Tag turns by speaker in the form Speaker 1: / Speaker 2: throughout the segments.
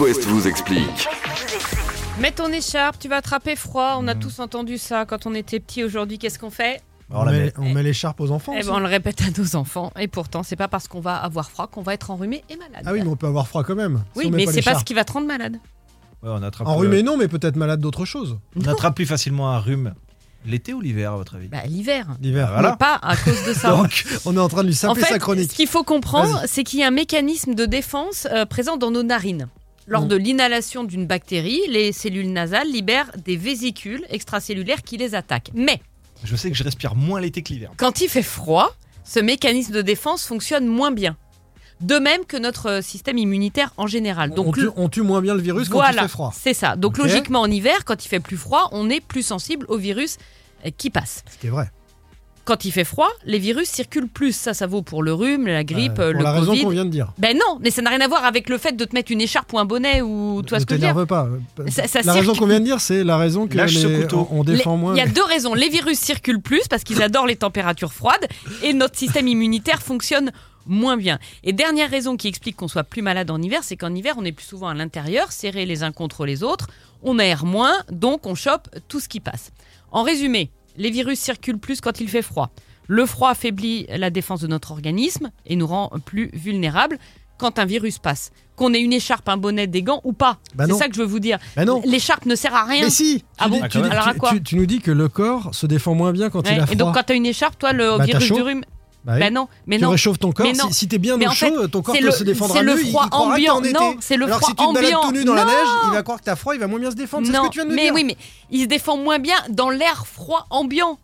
Speaker 1: West vous explique.
Speaker 2: Mets ton écharpe, tu vas attraper froid.
Speaker 3: Mm.
Speaker 2: On a tous entendu ça quand on était petit. Aujourd'hui, qu'est-ce qu'on fait
Speaker 3: On,
Speaker 4: Bah, la
Speaker 3: met,
Speaker 4: met.
Speaker 3: on met l'écharpe aux enfants.
Speaker 2: eh
Speaker 3: aussi.
Speaker 2: ben, On le répète à nos enfants. Et pourtant, c'est pas parce qu'on va avoir froid qu'on va être enrhumé et malade.
Speaker 3: Ah oui, mais on peut avoir froid quand même. si
Speaker 2: Oui,
Speaker 3: on met
Speaker 2: mais
Speaker 3: pas
Speaker 2: c'est pas ce
Speaker 3: l'écharpe.
Speaker 2: qui va te rendre malade.
Speaker 4: Ouais, on attrape,
Speaker 3: Enrhumé, non, mais peut-être malade d'autre chose.
Speaker 4: euh, on attrape plus facilement un rhume l'été ou l'hiver, à votre avis
Speaker 2: Bah, l'hiver.
Speaker 3: L'hiver.
Speaker 4: Voilà.
Speaker 2: Mais pas à cause de ça.
Speaker 3: Donc, on est en train de lui
Speaker 2: en
Speaker 3: saper
Speaker 2: fait,
Speaker 3: sa
Speaker 2: ce
Speaker 3: chronique.
Speaker 2: qu'il faut comprendre, c'est qu'il y a un mécanisme de défense euh, présent dans nos narines. Lors
Speaker 3: Mm.
Speaker 2: de l'inhalation d'une bactérie, les cellules nasales libèrent des vésicules extracellulaires qui les attaquent. Mais
Speaker 4: Je sais que je respire moins l'été que l'hiver.
Speaker 2: Quand il fait froid, ce mécanisme de défense fonctionne moins bien. De même que notre euh, système immunitaire en général.
Speaker 3: on,
Speaker 2: Donc,
Speaker 3: tue, on tue moins bien le virus quand il
Speaker 2: voilà,
Speaker 3: fait froid.
Speaker 2: c'est ça. Donc
Speaker 3: Ok.
Speaker 2: logiquement, en hiver, quand il fait plus froid, on est plus sensible aux virus euh, qui passent.
Speaker 3: Ce qui est vrai.
Speaker 2: Quand il fait froid, les virus circulent plus. Ça, ça vaut pour le rhume, la grippe,
Speaker 3: Euh,
Speaker 2: euh,
Speaker 3: pour
Speaker 2: le
Speaker 3: la raison
Speaker 2: Covid.
Speaker 3: qu'on vient de dire.
Speaker 2: Ben non, mais ça n'a rien à voir avec le fait de te mettre une écharpe ou un bonnet ou tu vois
Speaker 3: ne
Speaker 2: ce que je veux dire.
Speaker 3: t'énerve pas.
Speaker 2: Ça- ça
Speaker 3: la raison
Speaker 2: circule.
Speaker 3: qu'on vient de dire, c'est la raison que
Speaker 4: Lâche ce
Speaker 3: les-
Speaker 4: couteau.
Speaker 3: on, on
Speaker 2: Les-
Speaker 3: défend moins.
Speaker 2: Il y a deux raisons. Les virus circulent plus parce qu'ils adorent les températures froides et notre système immunitaire fonctionne moins bien. Et dernière raison qui explique qu'on soit plus malade en hiver, c'est qu'en hiver, on est plus souvent à l'intérieur, serrés les uns contre les autres, on aère moins, donc on chope tout ce qui passe. En résumé, les virus circulent plus quand il fait froid. Le froid affaiblit la défense de notre organisme et nous rend plus vulnérables quand un virus passe. Qu'on ait une écharpe, un bonnet, des gants ou pas.
Speaker 3: Bah
Speaker 2: c'est
Speaker 3: non.
Speaker 2: ça que je veux vous dire.
Speaker 3: Bah non.
Speaker 2: L'écharpe ne sert à rien.
Speaker 3: Mais si
Speaker 2: Ah
Speaker 3: tu
Speaker 2: bon
Speaker 3: dis-
Speaker 4: Ah,
Speaker 3: tu,
Speaker 4: quand même.
Speaker 3: tu-
Speaker 2: Alors à quoi
Speaker 3: tu- tu nous dis que le corps se défend moins bien quand il
Speaker 2: Ouais,
Speaker 3: a froid.
Speaker 2: Et donc quand t'as une écharpe, toi, le
Speaker 3: Bah, t'as
Speaker 2: virus
Speaker 3: chaud.
Speaker 2: du rhume,
Speaker 3: Bah oui.
Speaker 2: bah non, mais
Speaker 3: tu
Speaker 2: non.
Speaker 3: réchauffes ton corps.
Speaker 2: Mais non.
Speaker 3: Si, si t'es bien
Speaker 2: Mais
Speaker 3: au
Speaker 2: en fait,
Speaker 3: chaud, ton corps
Speaker 2: c'est
Speaker 3: peut
Speaker 2: le-
Speaker 3: se défendra
Speaker 2: c'est le
Speaker 3: mieux. il- il
Speaker 2: froid
Speaker 3: croira que t'es en
Speaker 2: ambiant.
Speaker 3: été.
Speaker 2: Non, c'est le
Speaker 3: Alors
Speaker 2: froid
Speaker 3: que si tu te balades
Speaker 2: ambiant.
Speaker 3: tout nu dans la
Speaker 2: Non.
Speaker 3: neige, il va croire que t'as froid, il va moins bien se défendre. C'est ce
Speaker 2: non,
Speaker 3: que tu viens de nous
Speaker 2: mais
Speaker 3: dire.
Speaker 2: oui, mais il se défend moins bien dans l'air froid ambiant.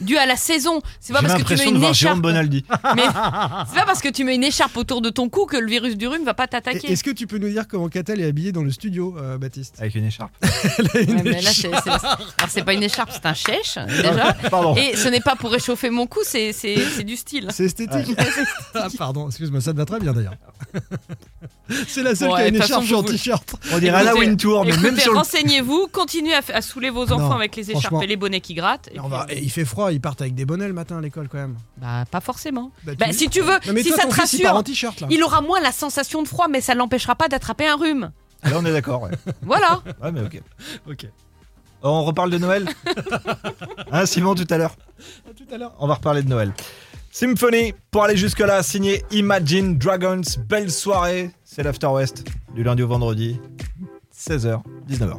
Speaker 2: Dû à la saison, c'est pas
Speaker 4: J'ai
Speaker 2: parce que tu mets
Speaker 4: l'impression de
Speaker 2: une
Speaker 4: voir
Speaker 2: écharpe.
Speaker 4: Jérôme Bonaldi.
Speaker 2: mais- c'est pas parce que tu mets une écharpe autour de ton cou que le virus du rhume va pas
Speaker 3: Et-
Speaker 2: t'attaquer.
Speaker 3: Est-ce que tu peux nous dire comment Catel est habillé dans le studio, euh, Baptiste
Speaker 4: Avec une écharpe.
Speaker 2: Ouais, mais là, c'est, c'est- alors, c'est pas une écharpe, c'est un chèche déjà.
Speaker 4: Pardon.
Speaker 2: Et ce n'est pas pour réchauffer mon cou, c'est, c'est, c'est du style.
Speaker 3: C'est esthétique. Ah, Pardon, excuse-moi, ça te va très bien d'ailleurs. C'est la seule
Speaker 2: Bon,
Speaker 3: qui a
Speaker 2: et
Speaker 3: une
Speaker 2: de toute façon,
Speaker 3: écharpe sur un
Speaker 2: vous-
Speaker 3: t-shirt.
Speaker 4: On dirait la
Speaker 2: Écoutez,
Speaker 3: Oh,
Speaker 4: Tour, mais même
Speaker 2: Écoutez,
Speaker 4: sur le.
Speaker 2: renseignez-vous, continuez à, f- à saouler vos enfants
Speaker 3: Non,
Speaker 2: avec les écharpes
Speaker 3: franchement.
Speaker 2: et les bonnets qui grattent. et
Speaker 3: On va-
Speaker 2: puis- euh,
Speaker 3: et Il fait froid, ils partent avec des bonnets le matin à l'école quand même.
Speaker 2: Bah, pas forcément.
Speaker 3: Bah, tu-
Speaker 2: Bah, si tu veux,
Speaker 3: Non, mais
Speaker 2: si
Speaker 3: toi,
Speaker 2: ça
Speaker 3: ton
Speaker 2: te
Speaker 3: fils, il part
Speaker 2: rassure,
Speaker 3: en t-shirt là.
Speaker 2: il aura moins la sensation de froid, mais ça ne l'empêchera pas d'attraper un rhume.
Speaker 4: Là, on est d'accord, ouais.
Speaker 2: Voilà.
Speaker 4: Ouais, mais ok. Oh,
Speaker 3: Ok.
Speaker 4: On reparle de Noël Hein, Simon, tout à l'heure
Speaker 3: À tout à l'heure.
Speaker 4: on va reparler de Noël. Symphony, pour aller jusque-là, signé Imagine Dragons. Belle soirée, c'est l'After West, du lundi au vendredi, 16h, 19h.